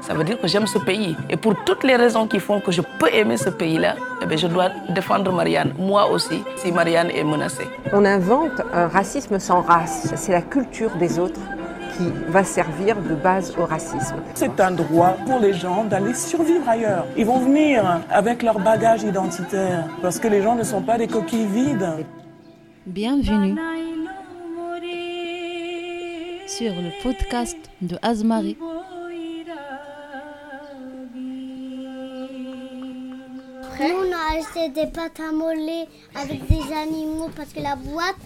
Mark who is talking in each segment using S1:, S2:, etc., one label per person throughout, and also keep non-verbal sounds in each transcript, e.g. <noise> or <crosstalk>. S1: ça veut dire que j'aime ce pays. Et pour toutes les raisons qui font que je peux aimer ce pays-là, eh je dois défendre Marianne, moi aussi, si Marianne est menacée.
S2: On invente un racisme sans race. C'est la culture des autres qui va servir de base au racisme.
S3: C'est un droit pour les gens d'aller survivre ailleurs. Ils vont venir avec leur bagage identitaire parce que les gens ne sont pas des coquilles vides.
S4: Bienvenue sur le podcast de Azmari.
S5: Nous, on a acheté des pâtes à moller avec des animaux parce que la boîte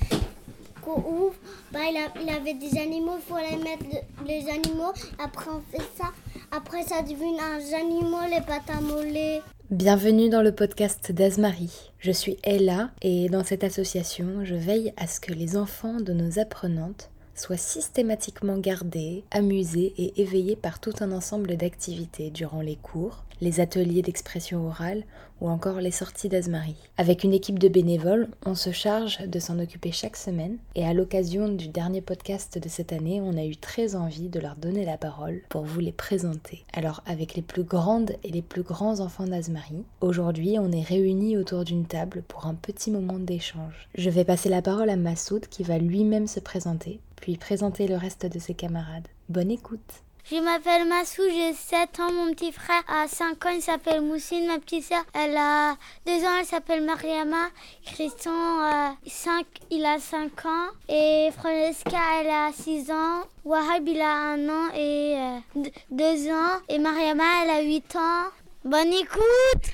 S5: qu'on ouvre, bah, il, a- il avait des animaux, il faut les mettre le- les animaux. Après, on fait ça. Après, ça devient un animal, les pâtes à moller.
S6: Bienvenue dans le podcast d'Azmarie. Je suis Ella et dans cette association, je veille à ce que les enfants de nos apprenantes soient systématiquement gardés, amusés et éveillés par tout un ensemble d'activités durant les cours, les ateliers d'expression orale ou encore les sorties d'Azmarie. Avec une équipe de bénévoles, on se charge de s'en occuper chaque semaine et à l'occasion du dernier podcast de cette année, on a eu très envie de leur donner la parole pour vous les présenter. Alors avec les plus grandes et les plus grands enfants d'Azmarie, aujourd'hui on est réunis autour d'une table pour un petit moment d'échange. Je vais passer la parole à Massoud qui va lui-même se présenter, puis présenter le reste de ses camarades. Bonne écoute
S5: Je m'appelle Massou, j'ai 7 ans. Mon petit frère a 5 ans, il s'appelle Moussine. Ma petite sœur, elle a 2 ans, elle s'appelle Mariama. Christian, euh, 5, il a 5 ans. Et Francesca, elle a 6 ans. Wahab, il a 1 an et 2 ans. Et Mariama, elle a 8 ans. Bonne écoute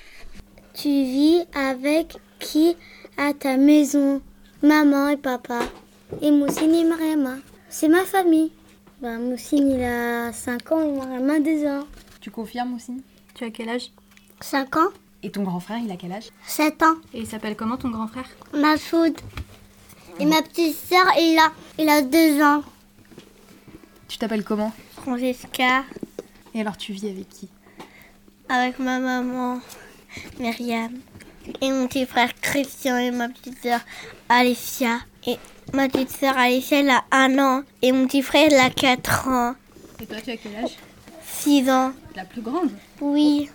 S5: Tu vis avec qui à ta maison Maman et papa. Et Moussine et Mariama. C'est ma famille. Bah, Moussine, il a 5 ans et Mariama 2 ans.
S6: Tu confirmes aussi
S7: Tu as quel âge
S5: 5 ans
S6: Et ton grand frère, il a quel âge
S5: 7 ans.
S7: Et il s'appelle comment ton grand frère
S5: Masoud. Et ma petite sœur, il a, il a 2 ans.
S6: Tu t'appelles comment
S5: Francesca,
S6: Et alors tu vis avec qui
S5: avec ma maman, Myriam. Et mon petit frère Christian et ma petite sœur Alessia. Et ma petite sœur Alessia, elle a 1 an. Et mon petit frère, il a 4 ans.
S7: Et toi, tu as quel âge
S5: 6 ans.
S7: La plus grande
S5: Oui,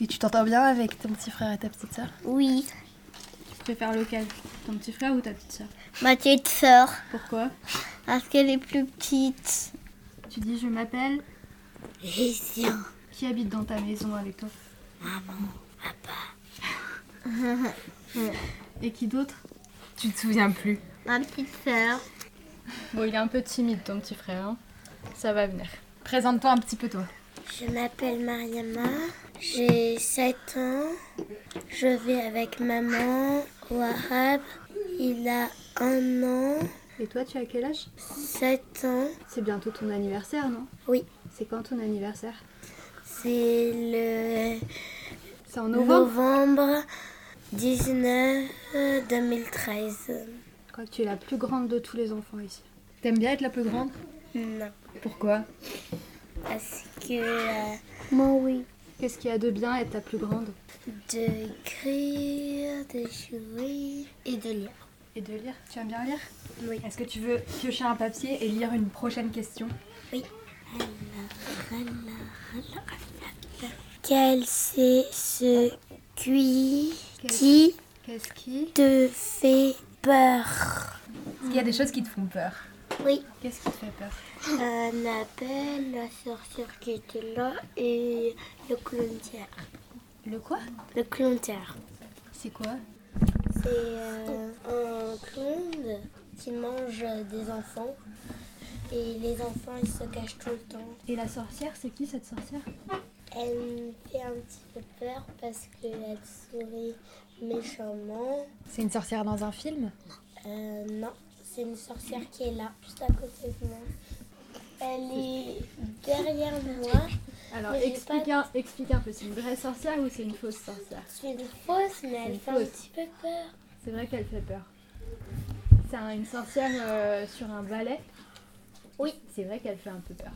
S6: Et tu t'entends bien avec ton petit frère et ta petite sœur
S5: oui.
S7: Tu préfères lequel Ton petit frère ou ta petite sœur
S5: Ma petite sœur,
S7: Pourquoi
S5: parce qu'elle est plus petite.
S7: Tu dis je m'appelle,
S5: Christian.
S7: qui habite dans ta maison avec toi Maman, papa. <laughs> Et qui d'autre
S8: Tu te souviens plus.
S5: Ma petite sœur.
S8: Bon, il est un peu timide ton petit frère. hein. Ça va venir. Présente-toi un petit peu toi.
S5: Je m'appelle Mariama, j'ai 7 ans. Je vais avec maman au arabe. Il a un an,
S7: Et toi, tu as quel âge
S5: 7 ans.
S7: C'est bientôt ton anniversaire, non
S5: Oui,
S7: C'est quand ton anniversaire
S5: c'est le
S7: C'est en novembre.
S5: novembre 19 2013.
S7: Je crois que tu es la plus grande de tous les enfants ici.
S8: T'aimes bien être la plus grande
S5: Non,
S8: Pourquoi
S5: parce que... euh, Moi oui.
S7: Qu'est-ce qu'il y a de bien être la plus grande
S5: De écrire, de jouer et de lire.
S8: Et de lire. Tu aimes bien lire
S5: Oui.
S8: Est-ce que tu veux piocher un papier et lire une prochaine question
S5: Quel c'est ce qui qui
S7: Qu'est-ce qui
S5: te fait peur
S8: Est-ce qu'il y a des choses qui te font peur
S5: Oui.
S8: Qu'est-ce qui te fait peur
S5: Un appel, la sorcière qui était là et le clontière.
S8: Le quoi
S5: Le clontière.
S8: C'est quoi
S5: C'est euh, un clown qui mange des enfants et les enfants ils se cachent tout le temps.
S8: Et la sorcière, c'est qui cette sorcière
S5: Elle me fait un petit peu peur parce qu'elle sourit méchamment.
S6: C'est une sorcière dans un film
S5: Euh, non, c'est une sorcière qui est là, juste à côté de moi. Elle est derrière moi.
S8: Alors
S5: Mais j'ai
S8: explique
S5: pas-
S8: un, explique un peu, c'est une vraie sorcière ou c'est une fausse sorcière
S5: C'est une fausse, mais
S8: une
S5: elle fait un
S8: fausse.
S5: petit peu peur.
S8: C'est vrai qu'elle fait peur. C'est un- une sorcière euh, sur un balai.
S5: Oui.
S8: C'est vrai qu'elle fait un peu peur.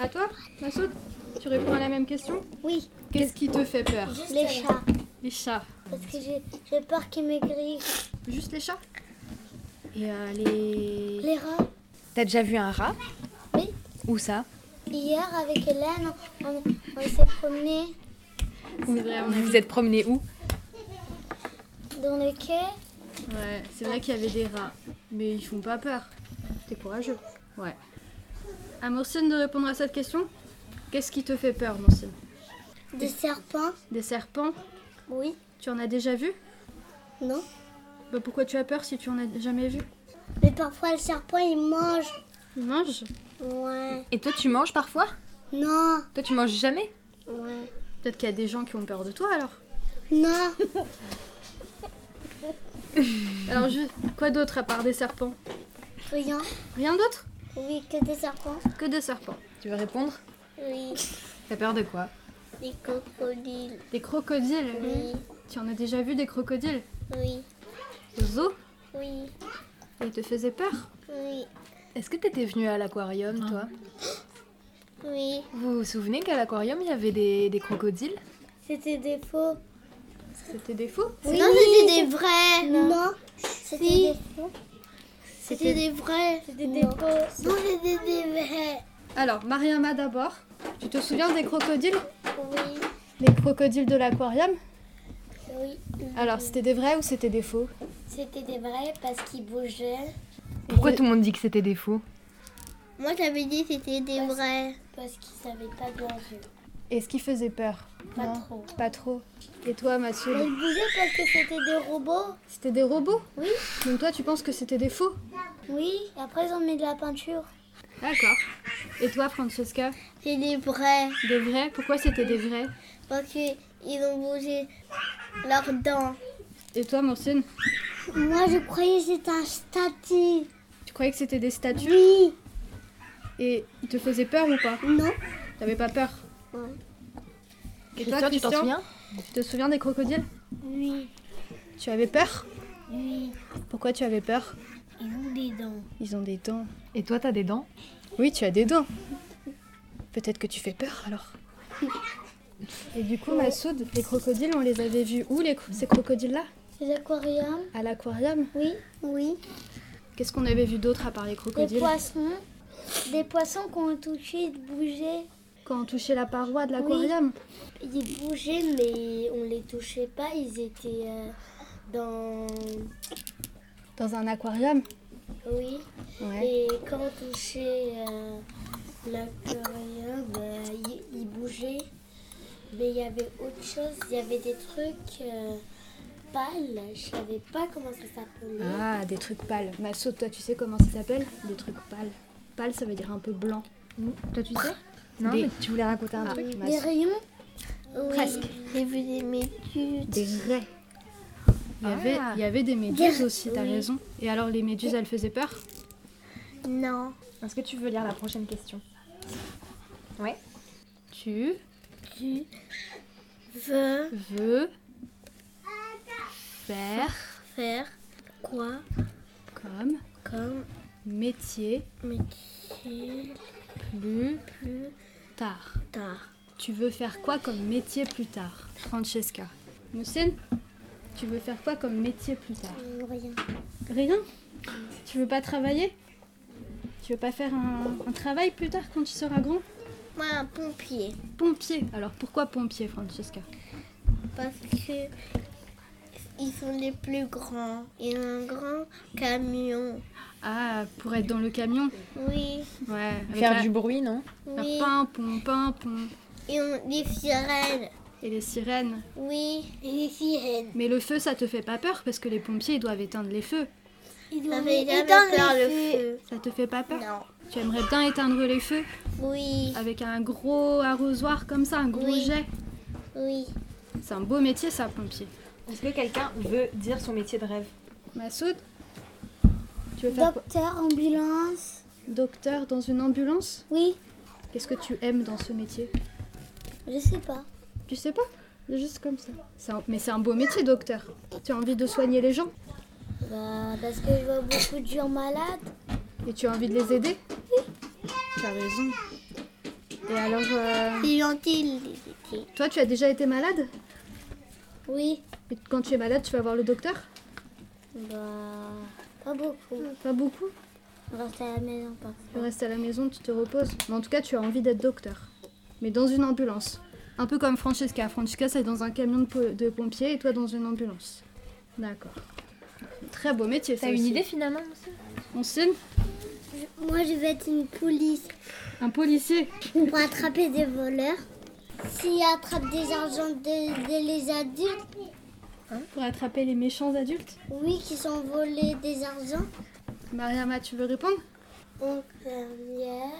S8: À toi, Massoud Tu réponds à la même question
S5: Oui,
S8: Qu'est-ce qui te fait peur
S5: juste les chats.
S8: Les chats.
S5: Parce que j'ai j'ai peur qu'ils maigrissent.
S8: Juste les chats Et euh, les...
S5: Les rats,
S6: T'as déjà vu un rat
S5: Oui.
S6: Où ça
S5: Hier, avec Hélène, on, on s'est promené
S8: Vous vous êtes promené où
S5: dans le quai.
S7: Ouais, c'est vrai qu'il y avait des rats, mais ils font pas peur. T'es courageux. Ouais. À Mourcine de répondre à cette question Qu'est-ce qui te fait peur, Mourcine
S5: Des serpents
S7: Des serpents
S5: Oui.
S7: Tu en as déjà vu
S5: Non
S7: Bah pourquoi tu as peur si tu en as jamais vu
S5: Mais parfois, le serpent, il mange.
S7: Ils mangent
S5: Ouais.
S8: Et toi, tu manges parfois
S5: Non.
S8: Toi, tu manges jamais
S5: Ouais.
S7: Peut-être qu'il y a des gens qui ont peur de toi alors.
S5: Non.
S7: Alors, juste, quoi d'autre à part des serpents
S5: Rien.
S7: Rien d'autre
S5: Oui, que des serpents.
S7: Que des serpents.
S8: Tu veux répondre
S5: Oui.
S8: T'as peur de quoi
S5: Des crocodiles.
S7: Des crocodiles
S5: Oui.
S7: Tu en as déjà vu des crocodiles
S5: Oui.
S7: Au zoo
S5: Oui.
S7: Et ils te faisaient peur Ah.
S5: Oui.
S8: Est-ce que t'étais venue à l'aquarium, toi
S5: Oui.
S8: Vous vous souvenez qu'à l'aquarium, il y avait des, des crocodiles
S5: C'était des faux.
S8: C'était des fous
S5: non, c'était des vrais. Non. C'était des faux. C'était des vrais. C'était des faux. Non, c'était des vrais.
S7: Alors, Mariama d'abord. Tu te souviens des crocodiles
S5: Oui.
S7: Les crocodiles de l'aquarium
S5: Oui.
S7: Alors, c'était des vrais ou c'était des faux
S5: C'était des vrais parce qu'ils bougeaient.
S8: Pourquoi tout le monde dit que c'était des fous
S5: Moi, j'avais dit c'était des vrais. Parce qu'ils savaient pas bien jouer.
S7: Est-ce qu'ils faisaient peur
S5: Pas
S7: Non,
S5: trop.
S7: Pas trop. Et toi, Mathieu
S5: Mais ils bougeaient parce que c'était des robots.
S7: C'était des robots
S5: Oui.
S7: Donc toi, tu penses que c'était des faux
S5: Oui. après, ils ont mis de la peinture.
S7: D'accord. Et toi, Francesca
S5: C'est des vrais.
S7: Des vrais Pourquoi c'était des vrais
S5: Parce qu'ils ont bougé leurs dents.
S7: Et toi, Morsine
S5: Moi, je croyais que c'était un statique.
S7: Tu croyais que c'était des statues
S5: Oui.
S7: Et ils te faisaient peur ou pas
S5: Non.
S7: T'avais pas peur
S5: Ouais.
S7: Et toi,
S8: tu t'en
S7: Christian,
S8: souviens
S7: Tu te souviens des crocodiles
S5: Oui.
S7: Tu avais peur
S5: Oui.
S7: Pourquoi tu avais peur
S5: Ils ont des dents.
S7: Ils ont des dents.
S8: Et toi, t'as des dents
S7: Oui, tu as des dents. Peut-être que tu fais peur alors. Et du coup, Massoud, les crocodiles, on les avait vus où, les cro- ces crocodiles-là
S5: Les aquariums.
S7: À l'aquarium
S5: Oui. Oui.
S7: Qu'est-ce qu'on avait vu d'autre à part les
S5: Des
S7: crocodiles
S5: poissons. Des poissons qu'on touchait, ils bougeaient.
S7: Quand on touchait la paroi de l'aquarium
S5: Ils bougeaient, mais on les touchait pas. Ils étaient euh, dans.
S7: Dans un aquarium
S5: Oui.
S7: Ouais.
S5: Et quand on touchait euh, l'aquarium, bah, il- il bougeait. Mais il y avait autre chose. Il y avait des trucs euh, pâles. Je savais pas comment ça s'appelait.
S7: Ah, des trucs pâles. Massoud, toi, tu sais comment ça s'appelle Des trucs pâles. Pâle, ça veut dire un peu blanc.
S8: Toi, tu sais Non, mais tu voulais raconter
S7: Ah.
S8: un truc
S5: Des rayons oui. J'ai vu des méduses.
S7: Des raies. Il
S8: Ah.
S7: y, avait, il y avait des méduses aussi, t'as raison. Et alors, les méduses, elles faisaient peur
S5: Non.
S8: Est-ce que tu veux lire la prochaine question
S7: Tu
S5: Tu veux
S7: veux faire
S5: faire quoi
S7: comme
S5: comme
S7: métier
S5: métier
S7: plus
S5: plus
S7: tard
S5: tard
S7: Tu veux faire quoi comme métier plus tard Francesca. Moussine, tu veux faire quoi comme métier plus tard
S5: Rien.
S7: Rien Tu veux pas travailler Tu veux pas faire un, un travail plus tard quand tu seras grand
S5: Moi, un pompier.
S7: Pompier. Alors pourquoi pompier, Francesca
S5: Parce que ils sont les plus grands. Il y a un grand camion.
S7: Ah, pour être dans le camion
S5: Oui,
S7: Ouais. avec
S8: Faire
S7: la-
S8: du bruit, non
S5: oui.
S7: Faire pin, pon, pin, pon.
S5: Et on, les sirènes.
S7: Et les sirènes.
S5: Oui, les sirènes.
S7: Mais le feu, ça te fait pas peur parce que les pompiers, ils doivent éteindre les feux.
S5: Ça fait jamais peur le feu.
S7: Ça te fait pas peur
S5: Non.
S7: Tu aimerais bien éteindre les feux
S5: Oui,
S7: avec un gros arrosoir comme ça, un gros
S5: Oui.
S7: jet.
S5: oui.
S7: C'est un beau métier ça, pompier.
S8: Est-ce que quelqu'un veut dire son métier de rêve
S7: Massoud, tu veux faire quoi
S5: Docteur, ambulance.
S7: Docteur dans une ambulance
S5: Oui,
S7: Qu'est-ce que tu aimes dans ce métier
S5: je sais pas.
S7: Tu sais pas C'est Juste comme ça. C'est un- Mais c'est un beau métier, docteur. Tu as envie de soigner les gens
S5: Bah, parce que je vois beaucoup de gens malades.
S7: et tu as envie de les aider Tu as raison. Et alors, euh,
S5: C'est gentil. les petits.
S7: toi, tu as déjà été malade
S5: Oui.
S7: Et quand tu es malade, tu vas voir le docteur
S5: Bah, pas beaucoup.
S7: Pas beaucoup
S5: Rester à la maison, pas.
S7: Tu restes à la maison, tu te reposes. Mais en tout cas, tu as envie d'être docteur. Mais dans une ambulance. Un peu comme Francesca. Francesca, c'est dans un camion de, po- de pompiers et toi dans une ambulance. D'accord. Très beau métier, ça
S6: T'as une
S7: aussi.
S6: idée finalement aussi
S7: On signe
S5: Moi, je vais être une police
S7: Un policier.
S5: pour attraper des voleurs. S'ils attrapent des argents des les adultes,
S6: Hein
S7: Pour attraper les méchants adultes.
S5: oui, qui sont volés des argents.
S7: Mariama, tu veux répondre
S5: Donc, première,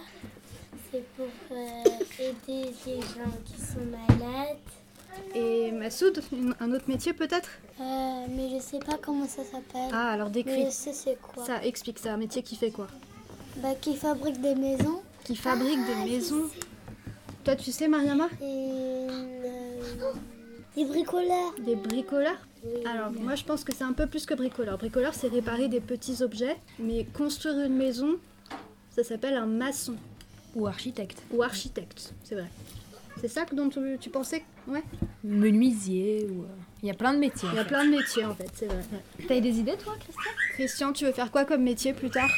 S5: c'est pour euh, aider les gens qui sont malades.
S7: Et Massoud, une- un autre métier peut-être
S5: Euh, mais je sais pas comment ça s'appelle.
S7: Ah, alors
S5: mais je
S7: décris.
S5: sais c'est quoi.
S7: Ça explique, c'est un métier qui fait quoi
S5: Bah, qui fabrique des maisons
S7: Qui
S6: Ah,
S7: fabrique des maisons. Toi, tu sais, Mariama
S5: et euh, des bricoleurs.
S7: Des bricoleurs Alors, moi je pense que c'est un peu plus que bricoleur. Bricoleur, c'est réparer des petits objets, mais construire une maison, ça s'appelle un maçon
S6: Ou architecte.
S7: ou architecte, c'est vrai. C'est ça que dont tu, tu pensais Ouais.
S6: Menuisier ou. euh, Il y a plein de métiers. en
S7: Il y a
S6: fait.
S7: plein de métiers en fait, c'est vrai.
S6: T'as des idées toi, Christian
S7: Christian, tu veux faire quoi comme métier plus tard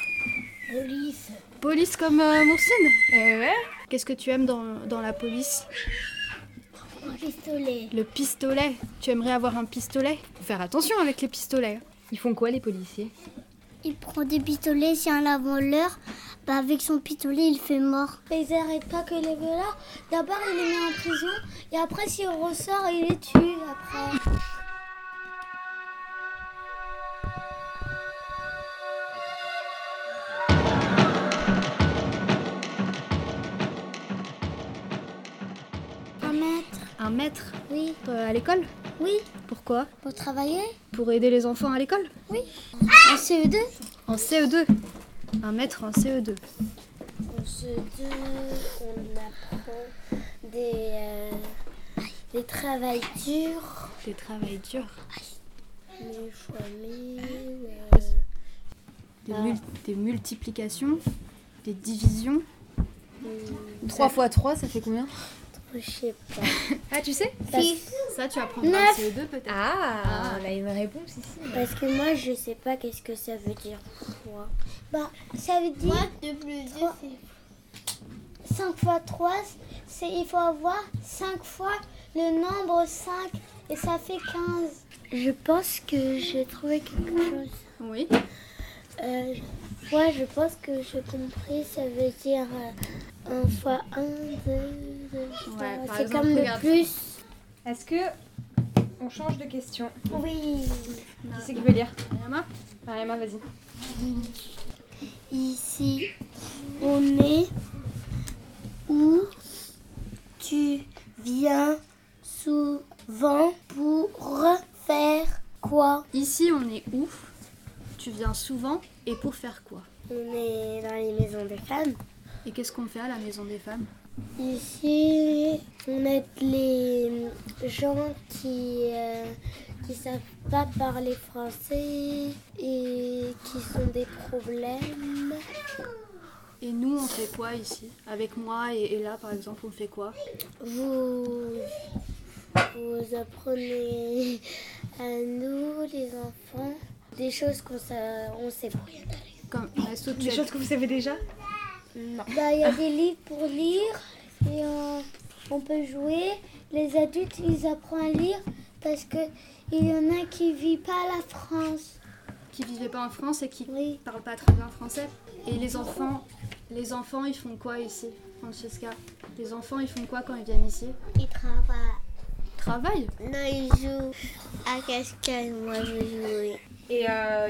S5: Police.
S7: Police comme euh, Moursine
S6: Eh ouais
S7: Qu'est-ce que tu aimes dans, dans la police
S5: Pistolet.
S7: Le pistolet. Tu aimerais avoir un pistolet Faut faire attention avec les pistolets.
S6: Ils font quoi les policiers
S5: Il prend des pistolets, si un voleur, bah avec son pistolet, il fait mort. Ils n'arrêtent pas que les voleurs. D'abord, il les met en prison, et après, s'il ressort, il les tue après. Un maître,
S7: Un maître
S5: oui,
S7: euh, à l'école
S5: oui,
S7: Pourquoi
S5: pour travailler, E
S7: Pour aider les enfants à l'école
S5: oui. En CE2
S7: En CE2. Un maître en E CE2.
S5: On se dit, on apprend des, euh, des travails durs,
S7: Des travails durs.
S5: les familles. euh,
S7: Des, mul- des multiplications, des divisions.
S6: 3 x 3, ça fait combien
S5: je sais pas.
S6: Ah, tu sais
S7: Ça, tu apprends
S5: Neuf.
S7: en CE2 E peut-être.
S6: ah, on a une réponse ici.
S5: Parce que moi, je sais pas qu'est-ce que ça veut dire. Bah, ça veut dire. Moi, de plus 2, c'est. 5 fois 3, c'est il faut avoir 5 fois le nombre 5 et ça fait 15. Je pense que j'ai trouvé quelque chose.
S7: Oui.
S5: Euh, je- ouais, je pense que j'ai compris, ça veut dire 1 fois 1, 2, 2,
S7: Ouais, par
S5: C'est
S7: exemple,
S5: comme le
S7: regarde.
S5: plus.
S6: Est-ce que. On change de question
S5: Oui.
S6: Qui c'est qui veut lire
S7: Mariama
S6: Mariama, vas-y.
S5: Ici, on est où tu viens souvent pour faire quoi
S7: Ici, on est où Tu viens souvent et pour faire quoi
S5: On est dans les maisons des femmes.
S7: Et qu'est-ce qu'on fait à la maison des femmes
S5: Ici, on aide les gens qui euh, qui savent pas parler français et qui sont des problèmes.
S7: Et nous, on fait quoi ici Avec moi et là, par exemple, on fait quoi
S5: Vous vous apprenez à nous les enfants des choses qu'on sa- on sait pas.
S7: Comme Massoud, tu as-
S6: que vous savez déjà
S5: Bah, il y a des livres pour lire et on, on peut jouer. Les adultes, ils apprennent à lire parce que il y en a qui vivent pas la France.
S7: qui vivaient pas en France et qui
S5: Oui.
S7: parlent pas très bien français. Et les enfants, les enfants, ils font quoi ici, Francesca Les enfants, ils font quoi quand ils viennent ici
S5: Ils travaillent.
S7: Ils travaillent.
S5: Non, ils jouent à cache-cache, moi je joue.
S6: Et il y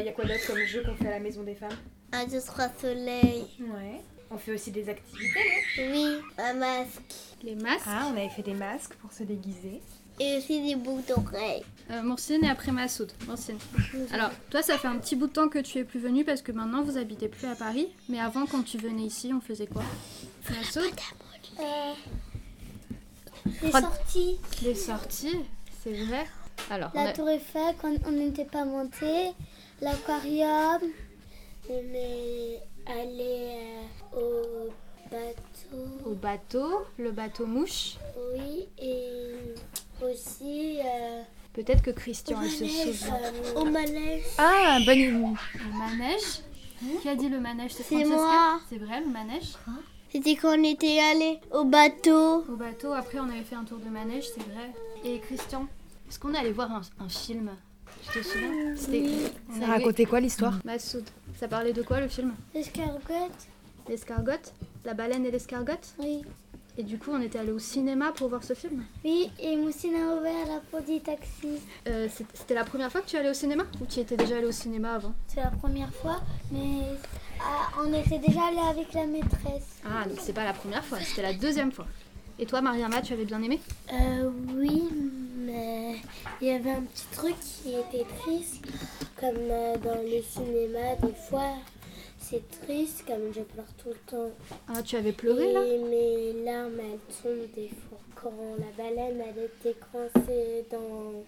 S6: a quoi d'autre comme jeu qu'on fait à la maison des femmes
S5: Un, deux, trois soleils.
S6: Ouais. On fait aussi des activités.
S5: Oui, un masque.
S7: Les masques.
S6: Ah, on avait fait des masques pour se déguiser.
S5: Et aussi des boucles d'oreilles.
S7: Euh, Morsine et après Massoud. Morsine. Alors, toi, ça fait un petit bout de temps que tu es plus venu parce que maintenant, vous habitez plus à Paris. Mais avant, quand tu venais ici, on faisait quoi Massoud,
S5: Euh, les sorties.
S7: les sorties, c'est vrai. Alors, on
S5: La
S7: a-
S5: tour Eiffel, quand on n'était pas monté. L'aquarium. On est allé euh, au bateau.
S7: au bateau, le bateau mouche.
S5: Oui, et aussi euh,
S7: Peut-être que Christian, il se souvient.
S5: euh, au manège.
S7: Ah, bonne idée. Le manège. Qui a dit le manège C'est
S5: C'est
S7: Francesca
S5: moi.
S7: C'est vrai, le manège
S5: C'était quand on était allé au bateau.
S7: Au bateau, après on avait fait un tour de manège, c'est vrai. Et Christian, est-ce qu'on est allé voir un, un film Je te souviens C'était. on
S6: Ça
S7: avait-
S6: racontait quoi l'histoire
S7: Massoud. Ça parlait de quoi le film
S5: Escargotte
S7: L'escargotte La baleine et l'escargotte
S5: Oui.
S7: Et du coup, on était allé au cinéma pour voir ce film.
S5: Oui, et Moussine a ouvert la porte du taxi.
S7: Euh, c'est- C'était la première fois que tu allais au cinéma Ou tu y étais déjà allé au cinéma avant
S5: C'est la première fois, mais ah, on était déjà allé avec la maîtresse.
S7: Ah, donc c'est pas la première fois, c'était la deuxième fois. Et toi, Mariama, tu avais bien aimé
S5: Euh, oui, mais il y avait un petit truc qui était triste, comme euh, dans les cinémas, des fois. C'est triste, comme je pleure tout le temps.
S7: Ah, tu avais pleuré là
S5: Et mes larmes, elles tombent des fois. Quand la baleine, elle était coincée dans... oh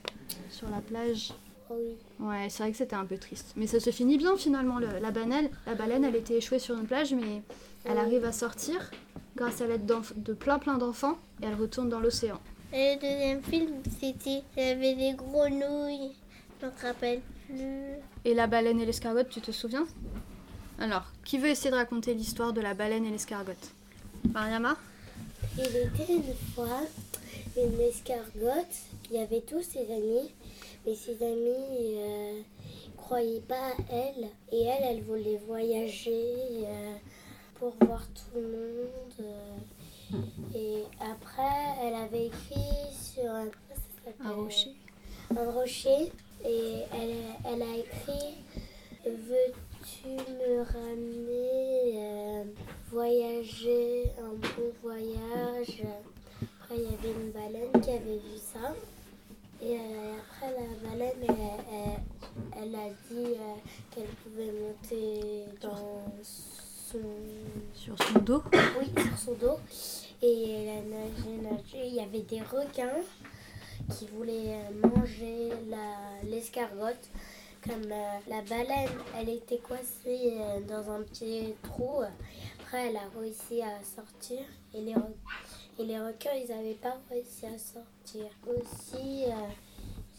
S7: Sur la plage
S5: Oui.
S7: Ouais, c'est vrai que c'était un peu triste. Mais ça se finit bien finalement. le- la, baleine, la baleine, elle était échouée sur une plage, mais elle arrive à sortir grâce à l'aide d'enf- de plein plein d'enfants et elle retourne dans l'océan.
S5: Et le deuxième film, c'était... Il y avait des grenouilles. Je ne me rappelle plus.
S7: Et la baleine et l'escargotte, tu te souviens Alors, qui veut essayer de raconter l'histoire de la baleine et l'escargotte Mariama
S5: Il était une fois une escargotte. Il y avait tous ses amis, mais ses amis euh, croyaient pas à elle. Et elle, elle voulait voyager euh, pour voir tout le monde. euh. et après, elle avait écrit sur un, comment ça s'appelle Un rocher. Et elle, elle a écrit Veux-tu me ramener euh, voyager, un bon voyage. Après, il y avait une baleine qui avait vu ça. Et euh, après, la baleine, elle, elle- elle a dit euh, qu'elle pouvait monter dans son,
S7: Sur son dos
S5: oui, sur son dos. Et elle a nagé, nagé. Il y avait des requins qui voulaient euh, manger la- l'escargotte. Comme euh, la baleine, elle était coincée euh, dans un petit trou. Après, elle a réussi à sortir. Et les, re- et les requins, ils n'avaient pas réussi à sortir. Aussi, euh,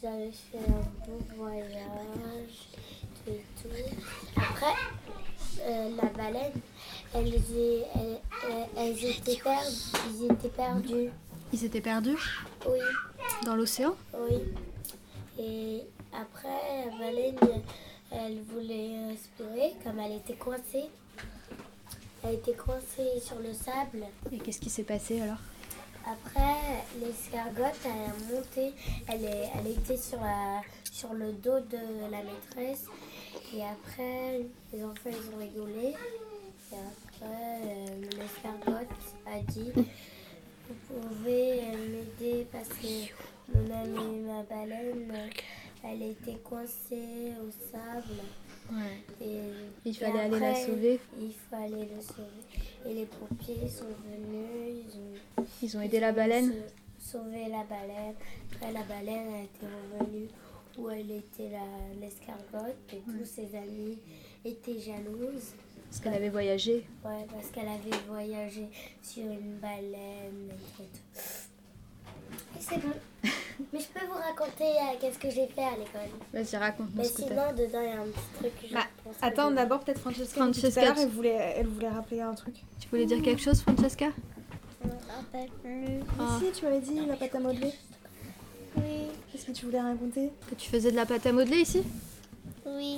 S5: ils avaient fait un bon voyage et tout. Après, euh, la baleine, elles, é- elles- elles- elles étaient perdues. Ils étaient perdus.
S7: Ils étaient perdus
S5: Oui,
S7: dans l'océan
S5: oui. Et après, la baleine, elle voulait respirer, comme elle était coincée. Elle était coincée sur le sable.
S7: Et qu'est-ce qui s'est passé alors
S5: Après, l'escargotte, elle a monté. Elle, est- elle était sur, la- sur le dos de la maîtresse. Et après, les enfants, ils ont rigolé. Et après, euh, l'escargotte a dit Vous pouvez euh, m'aider parce que mon ami, ma baleine, elle était coincée au sable.
S7: Ouais.
S5: Et,
S7: Il
S5: et
S7: fallait aller la
S5: après,
S7: sauver.
S5: Il fallait la sauver. Et les pompiers sont venus. Ils ont
S7: Ils ont aidé la baleine
S5: Sauver la baleine. Après, la baleine a été revenue où elle était la- l'escargotte. Et tous ses amis étaient jalouses.
S7: parce qu'elle avait voyagé.
S5: Ouais, parce qu'elle avait voyagé sur une baleine et tout. Et c'est
S7: <laughs>
S5: bon. Mais je peux vous raconter euh, qu'est-ce que j'ai fait à l'école.
S7: Vas-y, raconte-nous
S5: Mais
S7: ce que t'as
S5: sinon, dedans, il y a un petit truc que je
S9: Bah,
S5: pense que
S9: Attends,
S5: je-
S9: d'abord, peut-être Francesca, depuis tout
S7: Francesca,
S9: à l'heure,
S7: tu-
S9: elle voulait, elle voulait rappeler un truc.
S7: fait. Tu voulais dire quelque chose, Francesca
S5: Je me rappelle plus.
S7: Ah.
S9: Si, tu m'avais dit la pâte à modeler.
S5: Oui,
S9: Qu'est-ce que tu voulais raconter
S7: Que tu faisais de la pâte à modeler ici
S5: oui.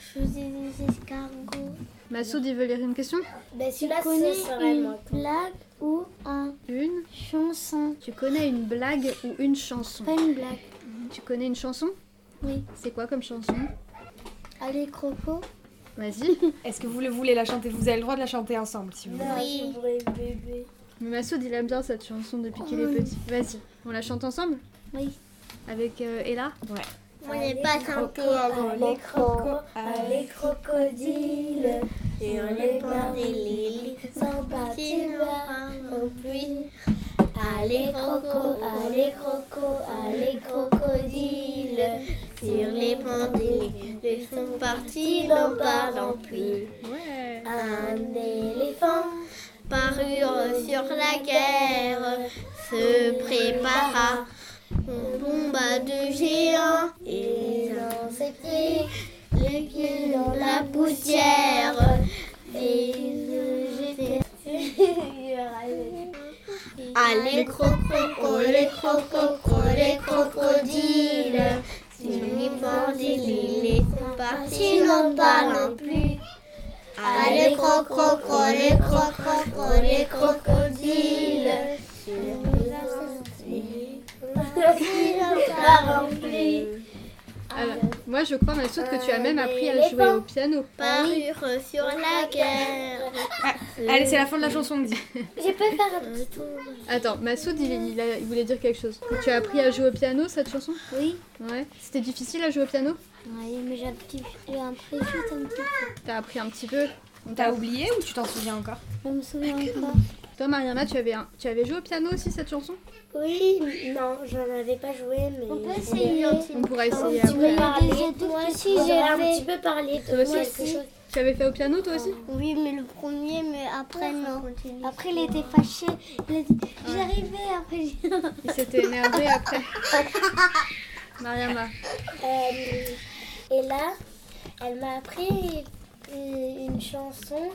S5: Je faisais des escargots.
S7: Massoud, il veut lire une question
S5: Ben,
S7: Tu
S5: celui-là,
S7: connais
S5: ce serait
S7: une
S5: moi. blague ou un
S7: Une.
S5: chanson
S7: Tu connais une blague ou une chanson
S5: Pas une blague.
S7: Tu connais une chanson
S5: Oui.
S7: C'est quoi comme chanson
S5: Allez, croco. <laughs>
S7: Vas-y.
S9: Est-ce que vous le voulez la chanter Vous avez le droit de la chanter ensemble, si vous voulez.
S5: Oui.
S7: Mais Massoud, il aime bien cette chanson depuis qu'il est petit. Vas-y, on la chante ensemble
S5: Oui.
S7: Avec euh, Ella
S5: On n'est pas santé Allez, croco. Allez, crocodile. Et on les prend des lilies sans partir au puits. Allez, croco. Allez, croco. Allez, crocodile. Sur les bancs des lilies, ils sont partis, n'en parlant plus.
S7: Ouais.
S5: Un éléphant parure sur la guerre se prépara. On bomba de géant et dans ses pieds, le nus dans la poussière. Et j'étais. Ah, les crococos, les crococos, les crocodiles. Si les bandits, ils les font partie, non pas non plus. Ah, les crococos, les crococos, les crocodiles. Si les bandits, ils n'ont pas non plus. Ah,
S7: Alors, Euh, moi, je crois, ma que tu as
S5: Euh,
S7: même appris à jouer au piano.
S5: Parure sur la guerre.
S8: Allez, c'est la fin de la chanson, on dit.
S5: J'ai pas faire un petit tour.
S7: Attends, Massoud, il, il a- il voulait dire quelque chose. Tu as appris à jouer au piano, cette chanson
S5: Oui.
S7: Ouais. C'était difficile à jouer au piano
S5: Oui, mais j'ai un petit, j'ai un préjugé un petit peu.
S7: T'as appris un petit peu.
S9: T'as oublié ou tu t'en souviens encore
S5: Je me souviens encore.
S7: Toi, Mariama, tu avais, un- tu avais joué au piano aussi, cette chanson
S5: Oui, non, j'en avais pas joué, mais. On peut essayer.
S7: On pourra essayer
S5: Tu
S7: après.
S5: me parlais de toi aussi, j'ai un petit peu parlé de moi aussi.
S7: Tu avais fait au piano, toi aussi
S5: Oui, mais le premier, mais après, non. Après, il était fâché. Il a dit J'arrivais après.
S7: Il s'était énervé après. Mariama.
S5: Euh, et là, elle m'a appris euh, une chanson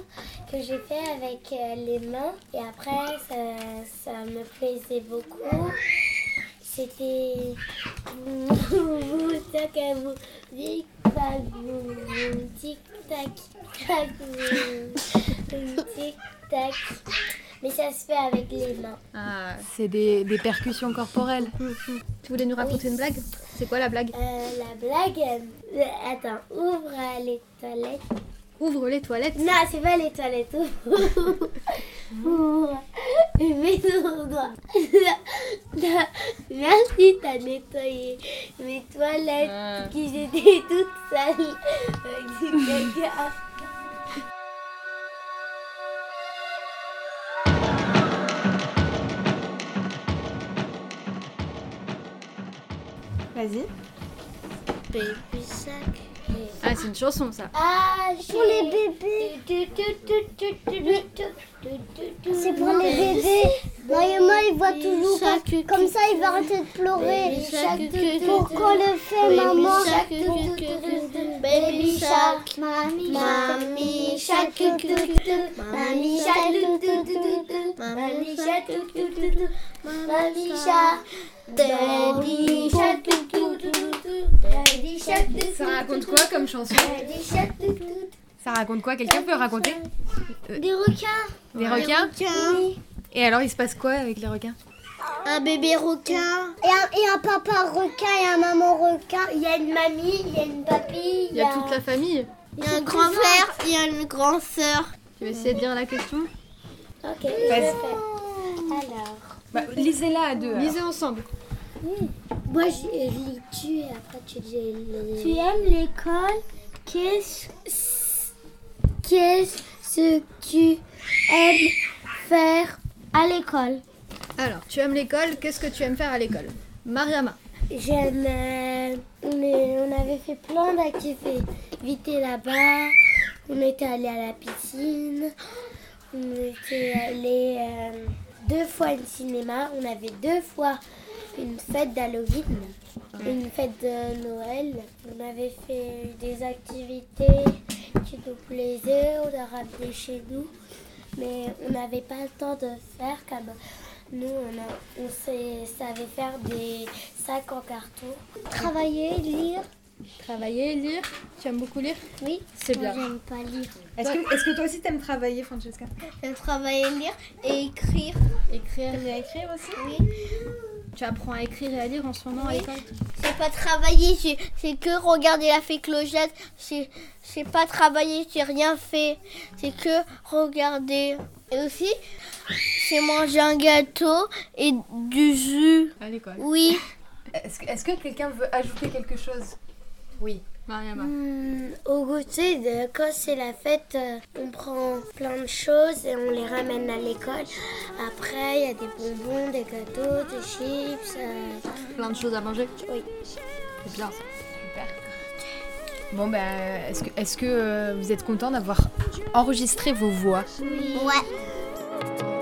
S5: que j'ai fait avec euh, les mains. Et après, ça, ça me plaisait beaucoup. C'était. <laughs> Tic tac, boum, tic tac, boum, tic tac, tic tac, boum, tic tac. Mais ça se fait avec les mains.
S7: Ah,
S8: C'est des, des percussions corporelles.
S7: Mm, tu voulais nous raconter une blague C'est quoi la blague
S5: Euh, la blague. euh, Attends, ouvre euh, les toilettes.
S7: Ouvre les toilettes.
S5: Non, c'est pas les toilettes. <laughs> Ouvre. Mais non, <laughs> non. Merci, t'as nettoyé mes toilettes
S7: Ah.
S5: qui j'étais toute sale avec du caca.
S9: Vas-y.
S5: Baby sac.
S7: Ah, c'est une chanson, ça.
S5: Ah, pour les bébés. C'est pour les bébés. Normalement, il voit toujours comme, comme ça, il va arrêter de pleurer. Pourquoi le fait, maman Baby shark, mamie shark, mamie shark, mamie shark, mamie shark, baby shark, baby shark.
S8: Ça raconte quoi comme chanson
S5: Des chats, tout, tout,
S8: Ça raconte quoi Quelqu'un peut raconter
S5: tout. Des requins.
S8: Des requins
S5: Oui.
S8: Et alors, il se passe quoi avec les requins
S5: Un bébé requin. Et un, et un papa requin et un maman requin. Il y a une mamie, il y a une papille.
S7: Il y a toute la famille.
S5: il y a un grand frère, il y a une grande sœur.
S7: Tu veux essayer de dire la question
S5: Ok, je
S8: Vas-y.
S5: vais faire. Alors.
S8: bah, Lisez-la à deux.
S7: Lisez ensemble.
S5: Moi, je lis tu et après tu dis Tu aimes l'école Qu'est-ce qu'est-ce que tu aimes faire à l'école
S7: Alors, tu aimes l'école, qu'est-ce que tu aimes faire à l'école Mariama.
S5: J'aime. euh, on, est- on avait fait plein d'activités là-bas. On était allé à la piscine. On était allé euh, deux fois au cinéma. On avait deux fois une fête d'Halloween, une fête de Noël. On avait fait des activités qui nous plaisaient. On a ramené chez nous. Mais on n'avait pas le temps de faire comme nous, on, a- on sait- savait faire des sacs en carton. Travailler, lire.
S7: Travailler, lire. Tu aimes beaucoup lire
S5: Oui,
S7: C'est bien.
S5: j'aime pas lire.
S9: Est-ce que, est-ce que toi aussi t'aimes travailler, Francesca
S5: J'aime travailler, lire et écrire.
S7: Écrire.
S9: T'aimes bien écrire aussi
S5: Oui.
S7: Tu apprends à écrire et à lire en ce moment à l'école
S5: C'est pas travailler, c'est- c'est que regarder la fée Clochette. C'est c'est pas travailler, c'est rien fait. C'est que regarder. Et aussi, c'est manger un gâteau et du jus.
S7: À l'école.
S5: Oui.
S8: Est-ce que, est-ce que quelqu'un veut ajouter quelque chose Oui.
S7: Mariama.
S5: Hmm, Au goûter, de- quand c'est la fête, euh, on prend plein de choses et on les ramène à l'école. Après, il y a des bonbons, des gâteaux, des chips. euh,
S7: Plein de choses à manger
S5: Oui.
S7: C'est bien. ça.
S8: Bon, bah, est-ce que, est-ce que euh, vous êtes content d'avoir enregistré vos voix
S5: Ouais.